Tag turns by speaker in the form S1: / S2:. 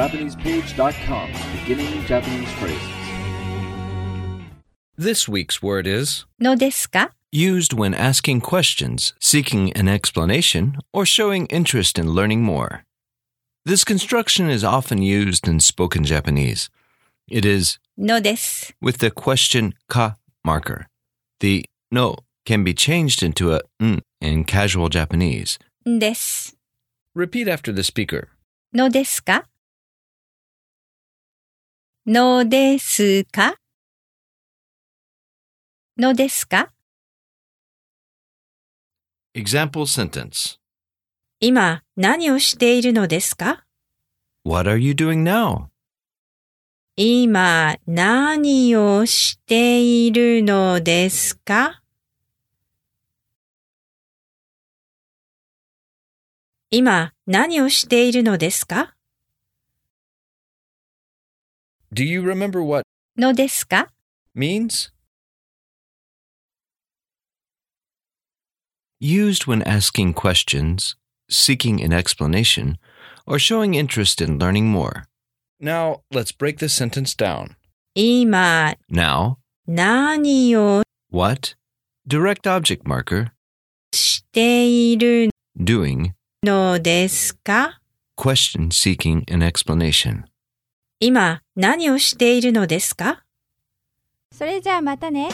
S1: JapanesePage.com, beginning Japanese phrases.
S2: This week's word is
S3: のですか
S2: used when asking questions, seeking an explanation, or showing interest in learning more. This construction is often used in spoken Japanese. It is
S3: のです。
S2: with the question ka marker. The no can be changed into a n in casual Japanese.
S3: んです。
S2: Repeat after the speaker.
S3: のですかのですかのですか
S2: Example sentence
S3: 今何をしているのですか
S2: What are you doing now?
S3: 今何をしているのですか今何をしているのですか
S2: Do you remember what
S3: のですか
S2: means? Used when asking questions, seeking an explanation, or showing interest in learning more. Now, let's break this sentence down.
S3: 今
S2: Now,
S3: 何を
S2: what? Direct object marker,
S3: している
S2: doing,
S3: のですか
S2: question seeking an explanation.
S3: 今何をしているのですか
S4: それじゃあまたね。